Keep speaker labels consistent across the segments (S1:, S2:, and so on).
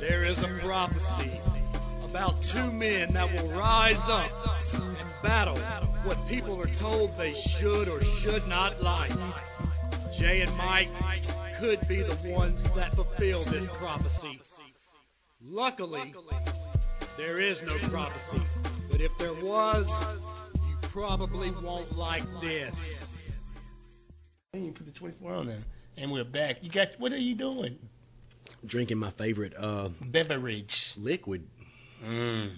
S1: There is a prophecy about two men that will rise up and battle what people are told they should or should not like. Jay and Mike could be the ones that fulfill this prophecy. Luckily, there is no prophecy, but if there was, you probably won't like this.
S2: You put the 24 on there, and we're back. You got what are you doing?
S3: Drinking my favorite uh,
S2: Beverage.
S3: liquid,
S2: Mm.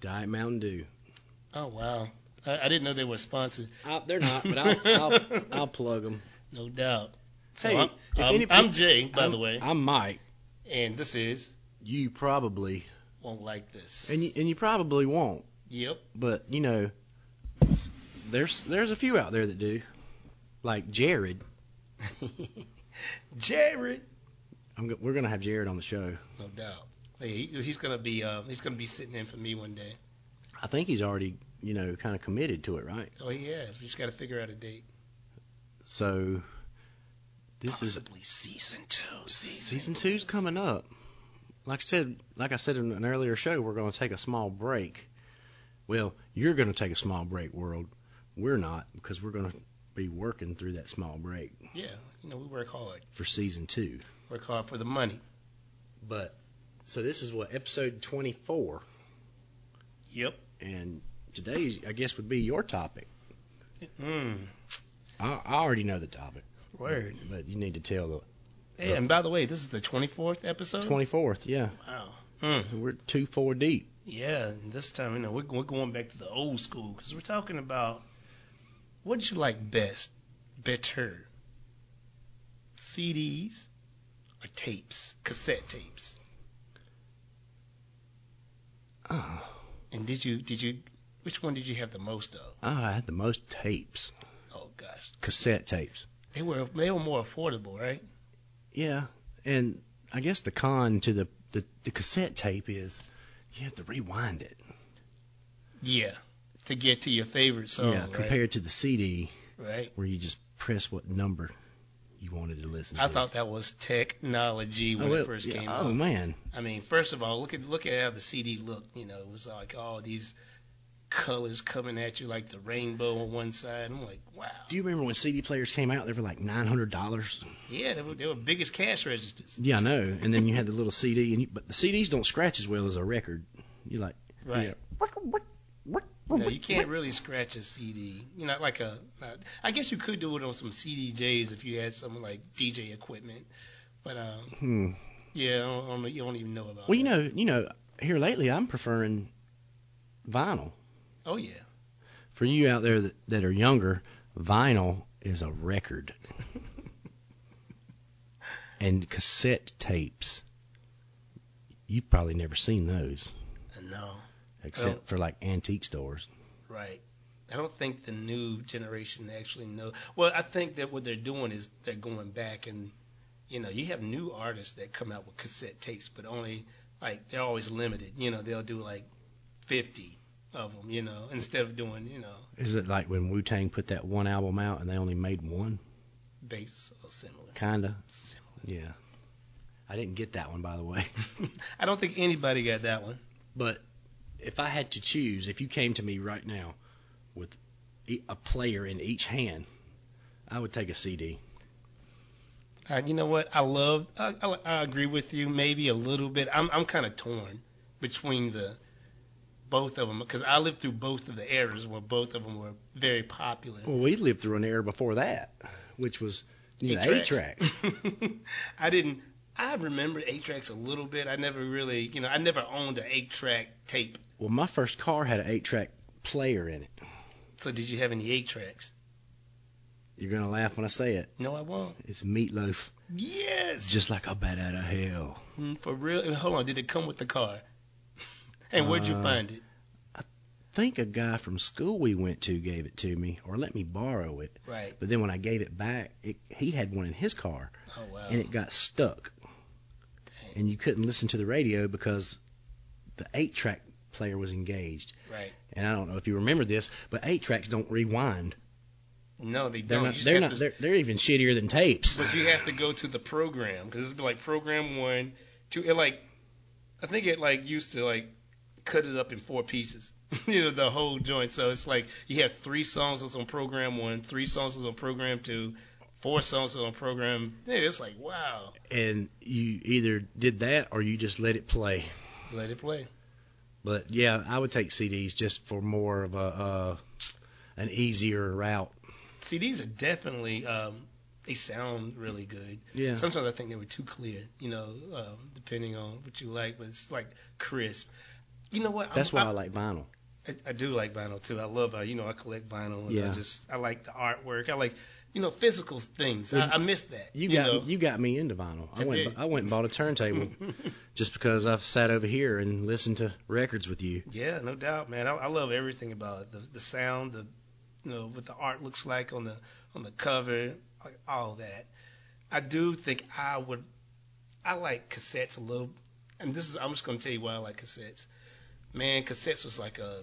S3: Diet Mountain Dew.
S2: Oh wow, I, I didn't know they were sponsored.
S3: I, Uh, they're not, but I'll, I'll, I'll plug them.
S2: No doubt. So
S3: Hey,
S2: I'm,
S3: if
S2: I'm,
S3: any-
S2: I'm Jay, by
S3: I'm,
S2: the way,
S3: I'm Mike.
S2: and this is
S3: You probably,
S2: won't like this.
S3: and you, and you probably won't,
S2: yep.
S3: but you know, there's there's a few out there that do, like Jared.
S2: Jared.
S3: I'm go- we're gonna have Jared on the show.
S2: No doubt. Hey, he, he's gonna be uh, he's gonna be sitting in for me one day.
S3: I think he's already, you know, kind of committed to it, right?
S2: Oh, he has. We just gotta figure out a date.
S3: So this is
S2: Possibly season two.
S3: Season two's coming up. Like I said, like I said in an earlier show, we're going to take a small break. Well, you're going to take a small break, world. We're not because we're going to be working through that small break
S2: Yeah, you know we work hard.
S3: for season two.
S2: Work hard for the money.
S3: But so this is what episode 24,
S2: Yep.
S3: and today's I guess would be your topic.
S2: Mm.
S3: I, I already know the topic,
S2: Word.
S3: but you need to tell
S2: Hey, and by the way, this is the 24th episode.
S3: the 24th. Yeah,
S2: Wow. Mm.
S3: we're two four deep.
S2: Yeah, and this time you know we're, we're going back to the old school because we're talking about what did you like best, better, CDs or tapes, cassette tapes,
S3: Oh,
S2: and did you did you which one did you have the most of?
S3: I had the most tapes,
S2: Oh gosh,
S3: cassette tapes.
S2: they were they were more affordable, right?
S3: Yeah, and I guess the con to the, the the cassette tape is you have to rewind it.
S2: Yeah, to get to your favorite song,
S3: yeah,
S2: Oh, right?
S3: compared to the CD
S2: right?
S3: where you just press what number you wanted to listen
S2: I
S3: to.
S2: thought that was technology when
S3: oh,
S2: it
S3: well,
S2: first
S3: yeah,
S2: came
S3: oh,
S2: out.
S3: man,
S2: I mean, first of all, look at look at how the CD looked. You know, it was like all these colors coming at you like the rainbow on one side. I'm like, wow.
S3: do you remember when CD players came out? They were like nine hundred dollars.
S2: Yeah, they were, they were big as cash registers.
S3: Yeah, I know. And then you had the little CD, and you, but the CDs don't scratch as well as a record. You like
S2: Right.
S3: Yeah.
S2: No, you can't really scratch a CD. You're not like a. Not, I guess you could do it on some CDJs if you had some like DJ equipment. But um,
S3: Hmm.
S2: yeah, I don't, I don't, you don't even know about.
S3: Well, you
S2: that.
S3: know, you know, here lately I'm preferring vinyl.
S2: Oh yeah.
S3: for you out there that, that are younger, vinyl is a record. and cassette tapes. You've probably never seen those
S2: I know.
S3: except
S2: Oh.
S3: for like antique stores.
S2: Right. I don't think the new generation actually know. Well, I think that what they're doing is they're going back and, you know, you have new artists that come out with cassette tapes, but only like they're always limited. You know, they'll do like 50 of them. You know, instead of doing you know
S3: Is it like when Wu Tang put that one album out and they only made one?
S2: bass or similar.
S3: Kinda.
S2: similar.
S3: Yeah. I didn't get that one by the way.
S2: I don't think anybody got that one.
S3: But if I had to choose, if you came to me right now with e- a player in each hand, I would take a CD.
S2: Uh, you know what? I love. I, I, I agree with you, maybe a little bit. I'm I'm kind of torn between the both of them because I lived through both of the eras where both of them were very popular.
S3: Well, we lived through an era before that, which was you know, eight
S2: Eight
S3: track.
S2: I didn't. I remember eight tracks a little bit. I never really, you know, I never owned an eight track tape.
S3: Well, my first car had an eight track player in it.
S2: So did you have any eight tracks?
S3: You're gonna laugh when I say it.
S2: No, I won't.
S3: It's Meatloaf,
S2: Yes.
S3: just like a bat out of hell.
S2: Mm, for real. Hold on. Did it come with the car? and where'd you
S3: Uh,
S2: find it?
S3: I think a guy from school we went to gave it to me, or let me borrow it.
S2: Right.
S3: But then when I gave it back, it, he had one in his car,
S2: Oh wow.
S3: and it got stuck,
S2: Dang.
S3: and you couldn't listen to the radio because the eight track player was engaged.
S2: Right.
S3: And I don't know if you remember this, but eight tracks don't rewind.
S2: No, they
S3: They're
S2: don't.
S3: not.
S2: You just
S3: They're
S2: have
S3: not.
S2: to-
S3: They're, they're even shittier than tapes.
S2: But you have to go to the program because it's like program one, two. It like I think it like used to like cut it up in four pieces, you know, the whole joint. So it's like you have three songs that's on program one, three songs that's on program two, four songs that's on program. Yeah, it's like wow,
S3: and you either did that or you just let it play.
S2: let it play.
S3: But yeah, I would take CDs just for more of a uh, an easier route.
S2: CDs are definitely um, they sound really good.
S3: Yeah.
S2: Sometimes I think they were too clear, you know, um, depending on what you like, but it's like crisp. You know what? I'm-
S3: That's why I like vinyl.
S2: I, I do like vinyl too. I love uh, you know I collect vinyl. And I
S3: Yeah.
S2: just I like the artwork. I like you know physical things. I, I miss that.
S3: You, got
S2: know.
S3: you got me into vinyl. I
S2: I
S3: went
S2: did.
S3: I went and bought a turntable just because I've sat over here and listened to records with you.
S2: yeah, no doubt, man. I, I love everything about it. The the sound, the you know what the art looks like on the on the cover, like all that. I do think I would. I like cassettes a little, and this is I'm just gonna tell you why I like cassettes. Man, cassettes was like a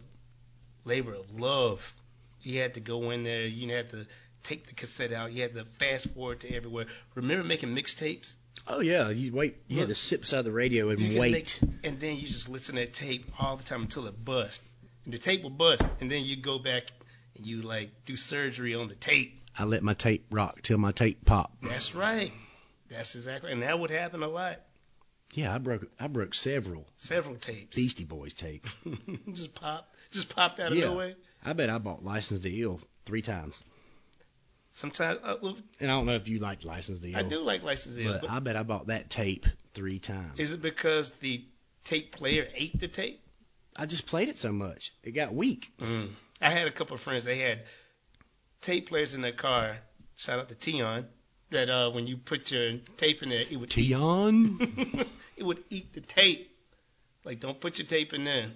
S2: labor of love. You had to go in there. You had to take the cassette out. You had to fast forward to everywhere. Remember making mixtapes?
S3: Oh yeah, you wait. You had to
S2: Look.
S3: sit beside the radio and
S2: You could
S3: wait.
S2: make- and then you just listen to that tape all the time until it busts. And the tape will bust, and then you go back and you like do surgery on the tape.
S3: I let my tape rock till my tape pop.
S2: That's right. That's exactly, and that would happen a lot.
S3: Yeah, I broke I broke several
S2: Several tapes
S3: Beastie Boys tapes.
S2: just pop, just popped out of
S3: Yeah.
S2: nowhere.
S3: I bet I bought License to Ill three times.
S2: Sometimes uh, look,
S3: And I don't know if you liked License to Ill.
S2: I do like License to Ill,
S3: but,
S2: but
S3: I bet I bought that tape three times.
S2: is it because the tape player ate the tape?
S3: I just played it so much. It got weak.
S2: Mm. I had a couple of friends. They had tape players in their car. Shout out to Tion. That uh, when you put your tape in there, it would eat
S3: Tion.
S2: it would eat the tape. Like, don't put your tape in there.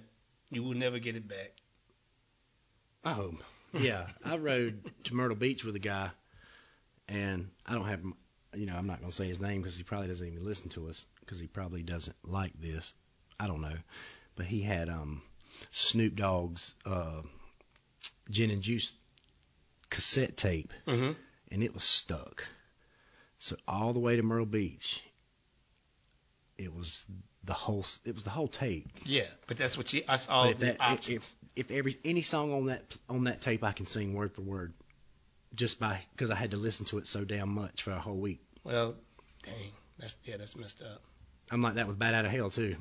S2: You will never get it back.
S3: Oh, yeah. I rode to Myrtle Beach with a guy, and I don't have, m- you know, I'm not going to say his name because he probably doesn't even listen to us because he probably doesn't like this. I don't know. But he had um Snoop Dogg's uh, Gin and Juice cassette tape,
S2: Mm-hmm.
S3: and it was stuck. So all the way to Myrtle Beach, it was the whole s- it was the whole tape.
S2: Yeah, but that's what you. That's
S3: But
S2: all
S3: if
S2: the
S3: that- if-
S2: options.
S3: if every any song on that on that tape I can sing word for word, just by because I had to listen to it so damn much for a whole week.
S2: well, dang, that's yeah, that's messed up.
S3: I'm like that with Bad Out of Hell too.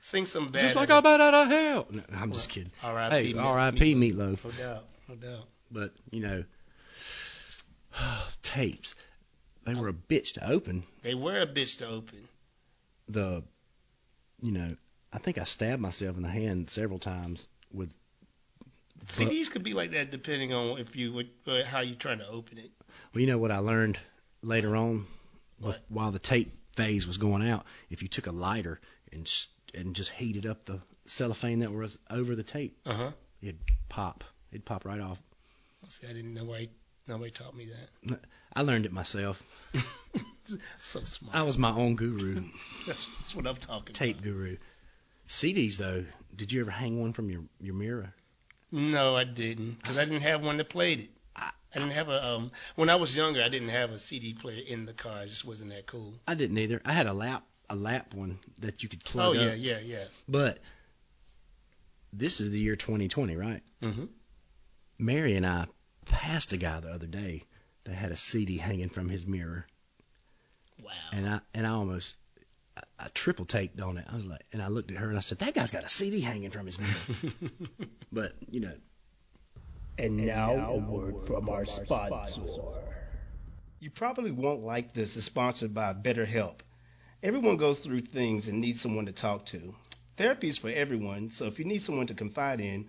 S2: Sing some bad.
S3: Mm-hmm. just like I Bad Out of Hell. No, I'm just
S2: Well,
S3: kidding.
S2: R.I.P.
S3: Hey, R.I.P.
S2: Meatloaf.
S3: Meatloaf.
S2: No doubt, no doubt.
S3: But you know, tapes. They were a bitch to open.
S2: They were a bitch to open.
S3: The, you know, I think I stabbed myself in the hand several times with.
S2: CDs could be like that depending on if you would uh, how you're trying to open it.
S3: Well, you know what I learned later on, with,
S2: What?
S3: while the tape phase was going out, if you took a lighter and s- and just heated up the cellophane that was over the tape,
S2: Uh huh.
S3: it'd pop. It'd pop right off.
S2: See, I didn't know why nobody taught me that.
S3: I learned it myself.
S2: So smart.
S3: I was my own guru,
S2: that's, that's what I'm talking
S3: tape
S2: about.
S3: guru. CDs though, did you ever hang one from your your mirror?
S2: No, I didn't, because I didn't have one that played it.
S3: I-
S2: I didn't have a um. When I was younger, I didn't have a CD player in the car. It just wasn't that cool.
S3: I didn't either. I had a lap a lap one that you could
S2: Oh
S3: plug
S2: yeah,
S3: up.
S2: yeah, yeah.
S3: But this is the year 2020, right?
S2: Mm-hmm.
S3: Mary and I passed a guy the other day that had a CD hanging from his mirror,
S2: Wow.
S3: and I and I almost I, I triple taped on it. I was like, and I looked at her and I said, "That guy's got a CD hanging from his mirror." but you know,
S4: And now, a word from, our, sponsor.
S2: You probably won't like this. It's sponsored by BetterHelp. Everyone goes through things and needs someone to talk to. Therapy is for everyone, so if you need someone to confide in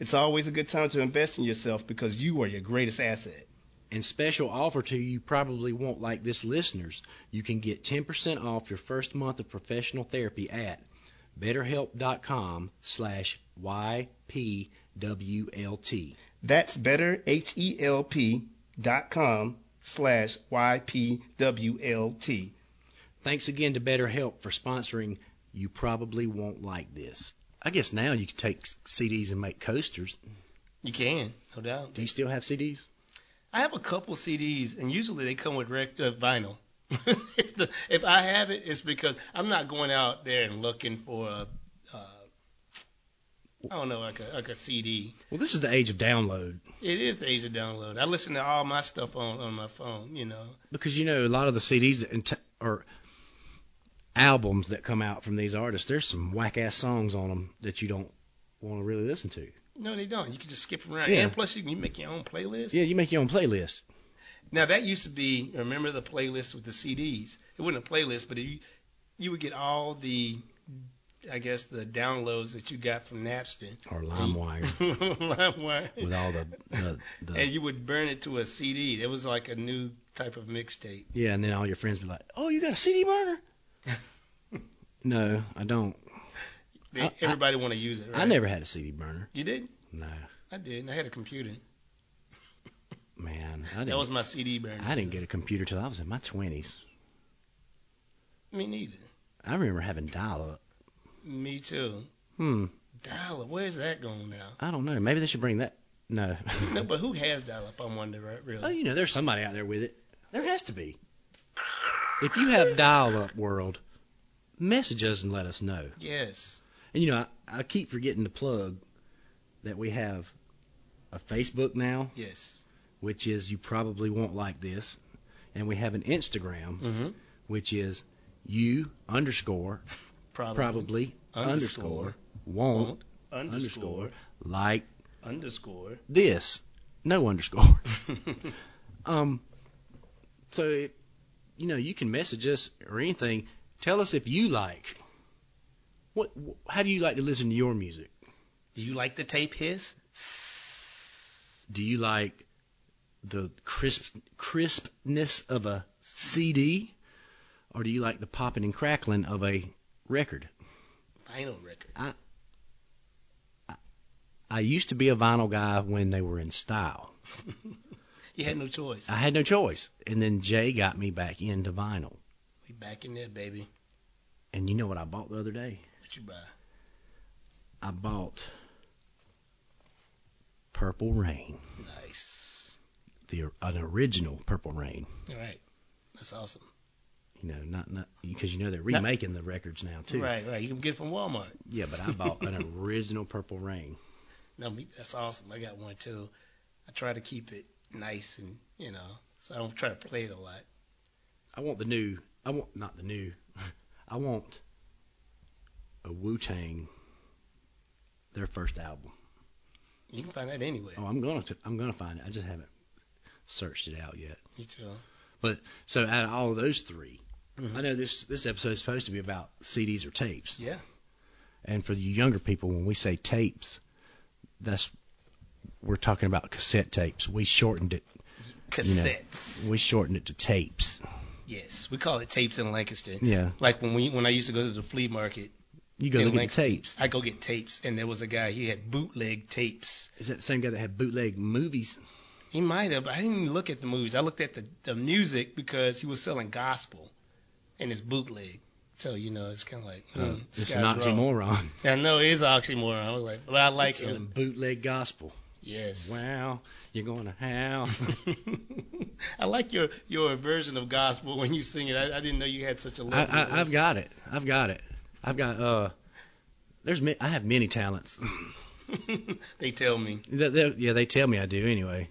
S5: It's always a good time to invest in yourself because you are your greatest asset.
S3: And special offer to you probably won't like this listeners. You can get 10% off your first month of professional therapy at betterhelp.com slash YPWLT.
S5: That's betterhelp.com slash YPWLT.
S3: Thanks again to BetterHelp for sponsoring You Probably Won't Like This. I guess now you can take CDs and make coasters.
S2: You can, no doubt.
S3: Do you still have CDs?
S2: I have a couple CDs, and usually they come with rec- uh, vinyl. if, the, if I have it, it's because I'm not going out there and looking for a, uh, I don't know, like a, like a CD.
S3: Well, this is the age of download
S2: It is the age of download. I listen to all my stuff on on my phone. You know,
S3: because you know a lot of the CDs that int- or albums that come out from these artists. There's some whack ass songs on them that you don't want to really listen to.
S2: no, they don't. You can just skip around,
S3: Yeah.
S2: and plus you can you make your own playlist.
S3: Yeah, you make your own playlist.
S2: Now that used to be remember the playlist with the CDs. It wasn't a playlist, but you you would get all the I guess the downloads that you got from Napster,
S3: or LimeWire
S2: LimeWire,
S3: with all the, the, the
S2: and you would burn it to a CD. It was like a new type of mixtape.
S3: yeah, and then all your friends be like, "Oh, you got a CD burner?" no, I don't.
S2: They,
S3: I- I-
S2: everybody want to use it. Right?
S3: I never had a CD burner.
S2: You did?
S3: No,
S2: I did. and I had a computer.
S3: man, I
S2: That
S3: didn't.
S2: was my CD burner.
S3: I didn't get a computer till I was in my twenties.
S2: Me neither.
S3: I remember having dial-up.
S2: Me too.
S3: Hmm,
S2: Dial up. Where's that going now?
S3: I don't know. Maybe they should bring that. No.
S2: No, but who has dial up? I wonder. Right?
S3: Oh,
S2: Really?
S3: you know, there's somebody out there with it. There has to be. If you have dial up world, message us and let us know.
S2: Yes.
S3: And you know, I, I keep forgetting to plug that we have a Facebook now,
S2: Yes.
S3: which is you probably won't like this, and we have an Instagram,
S2: Mm-hmm.
S3: which is you underscore
S2: Probably.
S3: probably underscore, won't underscore like
S5: underscore.
S3: this. No underscore. Um, so it, you know, you can message us or anything. Tell us if you like. What? wh- How do you like to listen to your music?
S2: Do you like the tape hiss?
S3: Do you like the crisp crispness of a CD, or do you like the popping and crackling of a record?
S2: Vinyl record.
S3: I used to be a vinyl guy when they were in style.
S2: You had no choice.
S3: I had no choice, and then Jay got me back into vinyl.
S2: We back in there, baby.
S3: And you know what I bought the other day?
S2: What you buy?
S3: I bought Purple Rain.
S2: Nice.
S3: the an original Purple Rain.
S2: All right. That's awesome.
S3: You know, not not because you know they're remaking the records now too.
S2: Right, right. You can get it from Walmart.
S3: Yeah, but I bought an original Purple Rain.
S2: No, me, that's awesome. I got one too. I try to keep it nice and you know, so I don't try to play it a lot.
S3: I want the new. I want not the new. I want a Wu Tang. Their first album.
S2: You can find that anywhere.
S3: Oh, I'm gonna t- I'm gonna find it. I just haven't searched it out yet.
S2: Me too.
S3: So out of all of those 3
S2: Mhm.
S3: I know this this episode is supposed to be about CDs or tapes.
S2: Yeah.
S3: And for you younger people, when we say tapes, that's we're talking about cassette tapes. We shortened it.
S2: Cassettes.
S3: We shortened it to tapes.
S2: Yes, we call it tapes in Lancaster.
S3: Yeah,
S2: Like when we when I used to go to the flea market,
S3: you go
S2: In
S3: look at the
S2: Lancaster.
S3: tapes.
S2: I go get tapes, and there was a guy he had bootleg tapes.
S3: Is that the same guy that had bootleg movies?
S2: He might have. but I didn't even look at the movies. I looked at the the music because he was selling gospel, and it's bootleg. So you know, it's kind of like hmm,
S3: Uh,
S2: this
S3: it's an
S2: guy's wrong.
S3: oxymoron.
S2: I know it is oxymoron. I was like, but I like
S3: It's
S2: him.
S3: a bootleg gospel.
S2: Yes.
S3: Wow, you're going to hell.
S2: I like your your version of gospel when you sing it. I, I didn't know you had such a
S3: I,
S2: lovely
S3: I, I've
S2: voice.
S3: got it. I've got it. I've got uh. There's ma- I have many talents.
S2: they tell me
S3: They- they- yeah, they tell me I do anyway.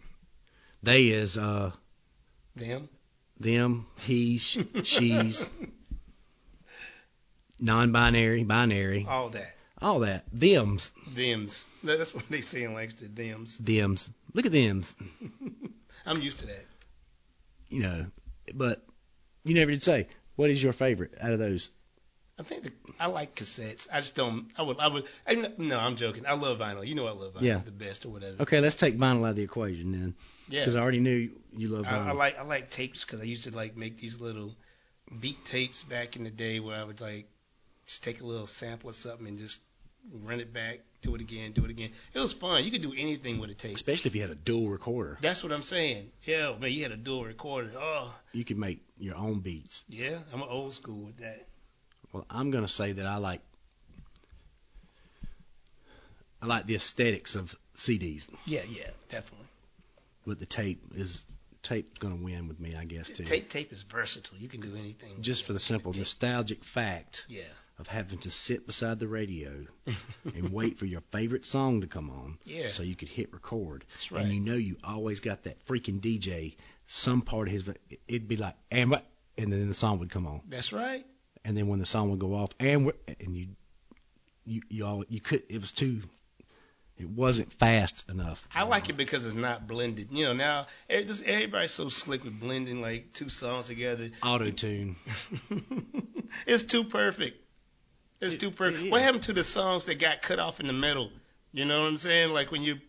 S3: They is uh
S2: them.
S3: them he sh- she's non-binary, binary,
S5: all that.
S3: all that. Them's,
S2: Them's.
S5: That's what they say in Lancaster, them's.
S3: them's. Look at them's.
S2: I'm used to that.
S3: You know, but you never did say what is your favorite out of those.
S2: I think the, I like cassettes. I just don't. I would. I would. I, no, I'm joking. I love vinyl. You know, I love vinyl
S3: Yeah.
S2: the best or whatever.
S3: Okay, let's take vinyl out of the equation then,
S2: Yeah.
S3: because I already knew you love
S2: I,
S3: vinyl.
S2: I like I like tapes because I used to like make these little beat tapes back in the day where I would like just take a little sample of something and just run it back, do it again, do it again. It was fun. You could do anything with a tape.
S3: Especially if you had a dual recorder,
S2: That's what I'm saying. Hell, man, you had a dual recorder. Oh,
S3: you could make your own beats.
S2: yeah, I'm old school with that.
S3: Well, I'm gonna say that I like I like the aesthetics of CDs,
S2: Yeah, yeah, definitely.
S3: but the tape is tape's gonna win with me, I guess too.
S2: Tape tape is versatile. You can do anything. with
S3: Just
S2: it.
S3: for the simple
S2: Tape.
S3: nostalgic fact
S2: Yeah,
S3: of having to sit beside the radio and wait for your favorite song to come on,
S2: Yeah.
S3: so you could hit record.
S2: that's right.
S3: And you know you always got that freaking DJ. Some part of his it'd be like and what, and then the song would come on.
S2: that's right.
S3: and then when the song would go off and we're- and you you you all you could it was too it wasn't fast enough
S2: I like it because it's not blended. You know, now every- this- everybody's so slick with blending like two songs together.
S3: auto tune
S2: it's too perfect. It's too perfect.
S3: it
S2: What
S3: is.
S2: happened to the songs that got cut off in the middle? You know what I'm saying? Like when you,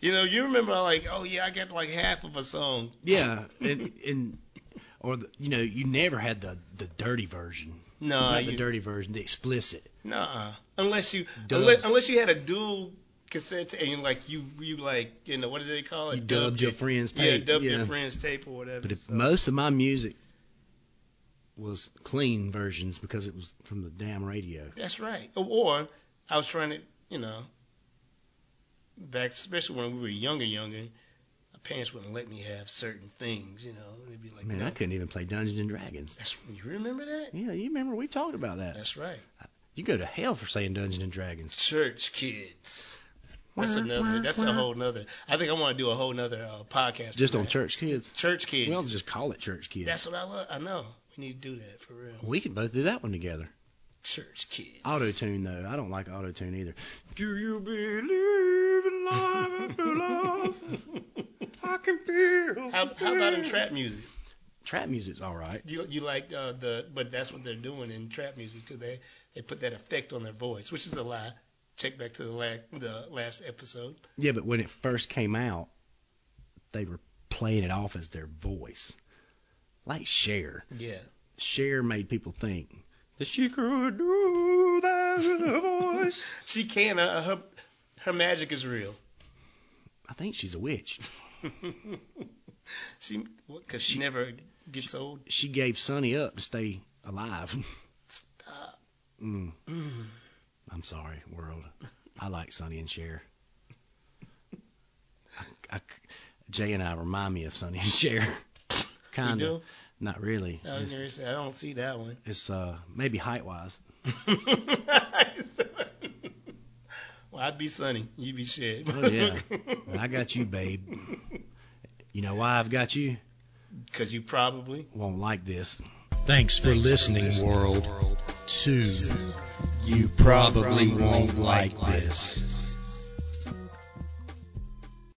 S2: you know, you remember like, oh yeah, I got like half of a song.
S3: yeah and and or the, you know you never had the the dirty version
S2: No,
S3: not the
S2: you,
S3: dirty version the explicit
S2: Nuh-uh. Unless you
S3: Dubs.
S2: unless, unless you had a dual cassette and you like you you like you know what do they call it?
S3: you dubbed your friend's
S2: yeah,
S3: tape
S2: dubbed your friend's tape or whatever.
S3: but if
S2: so.
S3: most of my music was clean versions because it was from the damn radio
S2: That's right. Or I was trying to, you know, back especially when we were younger, younger, my parents wouldn't let me have certain things, you know. They'd be like,
S3: man
S2: no.
S3: I couldn't even play Dungeons and Dragons
S2: That's you remember that?
S3: yeah you remember we talked about that
S2: That's right.
S3: you go to hell for saying Dungeons and Dragons
S2: Church kids. That's another. That's a whole nother. I think I want to do a whole nother uh, podcast.
S3: Just on
S2: that.
S3: church kids.
S2: Church kids.
S3: We'll just call it church kids.
S2: that's what I love. I know. We need to do that for real.
S3: we could both do that one together.
S2: Church kids.
S3: Auto tune though, I don't like auto tune either. Do you believe in life after love? I can feel.
S2: How, how about in trap music?
S3: Trap music's all right.
S2: You you like uh, the but that's what they're doing in trap music too. They they put that effect on their voice, which is a lie. Check back to the last the last episode.
S3: Yeah, but when it first came out, they were playing it off as their voice, like Cher.
S2: Yeah.
S3: Cher made people think that she could do that with her voice.
S2: She can uh, her her magic is real.
S3: I think she's a witch.
S2: she because she never gets old.
S3: She gave Sonny up to stay alive.
S2: Stop.
S3: Mm. I'm sorry, world. I like Sonny and Cher. I, I, Jay and I remind me of Sonny and Cher.
S2: You
S3: Kinda.
S2: do? Oh,
S3: Not really.
S2: I, was
S3: it's,
S2: gonna say, I don't see that one.
S3: it's uh maybe height wise.
S2: well, I'd be Sunny. You'd be shit.
S3: Oh yeah. I got you, babe. You know why I've got you?
S2: Because you probably
S3: Won't like this. Thanks for listening, world. To you probably won't like this.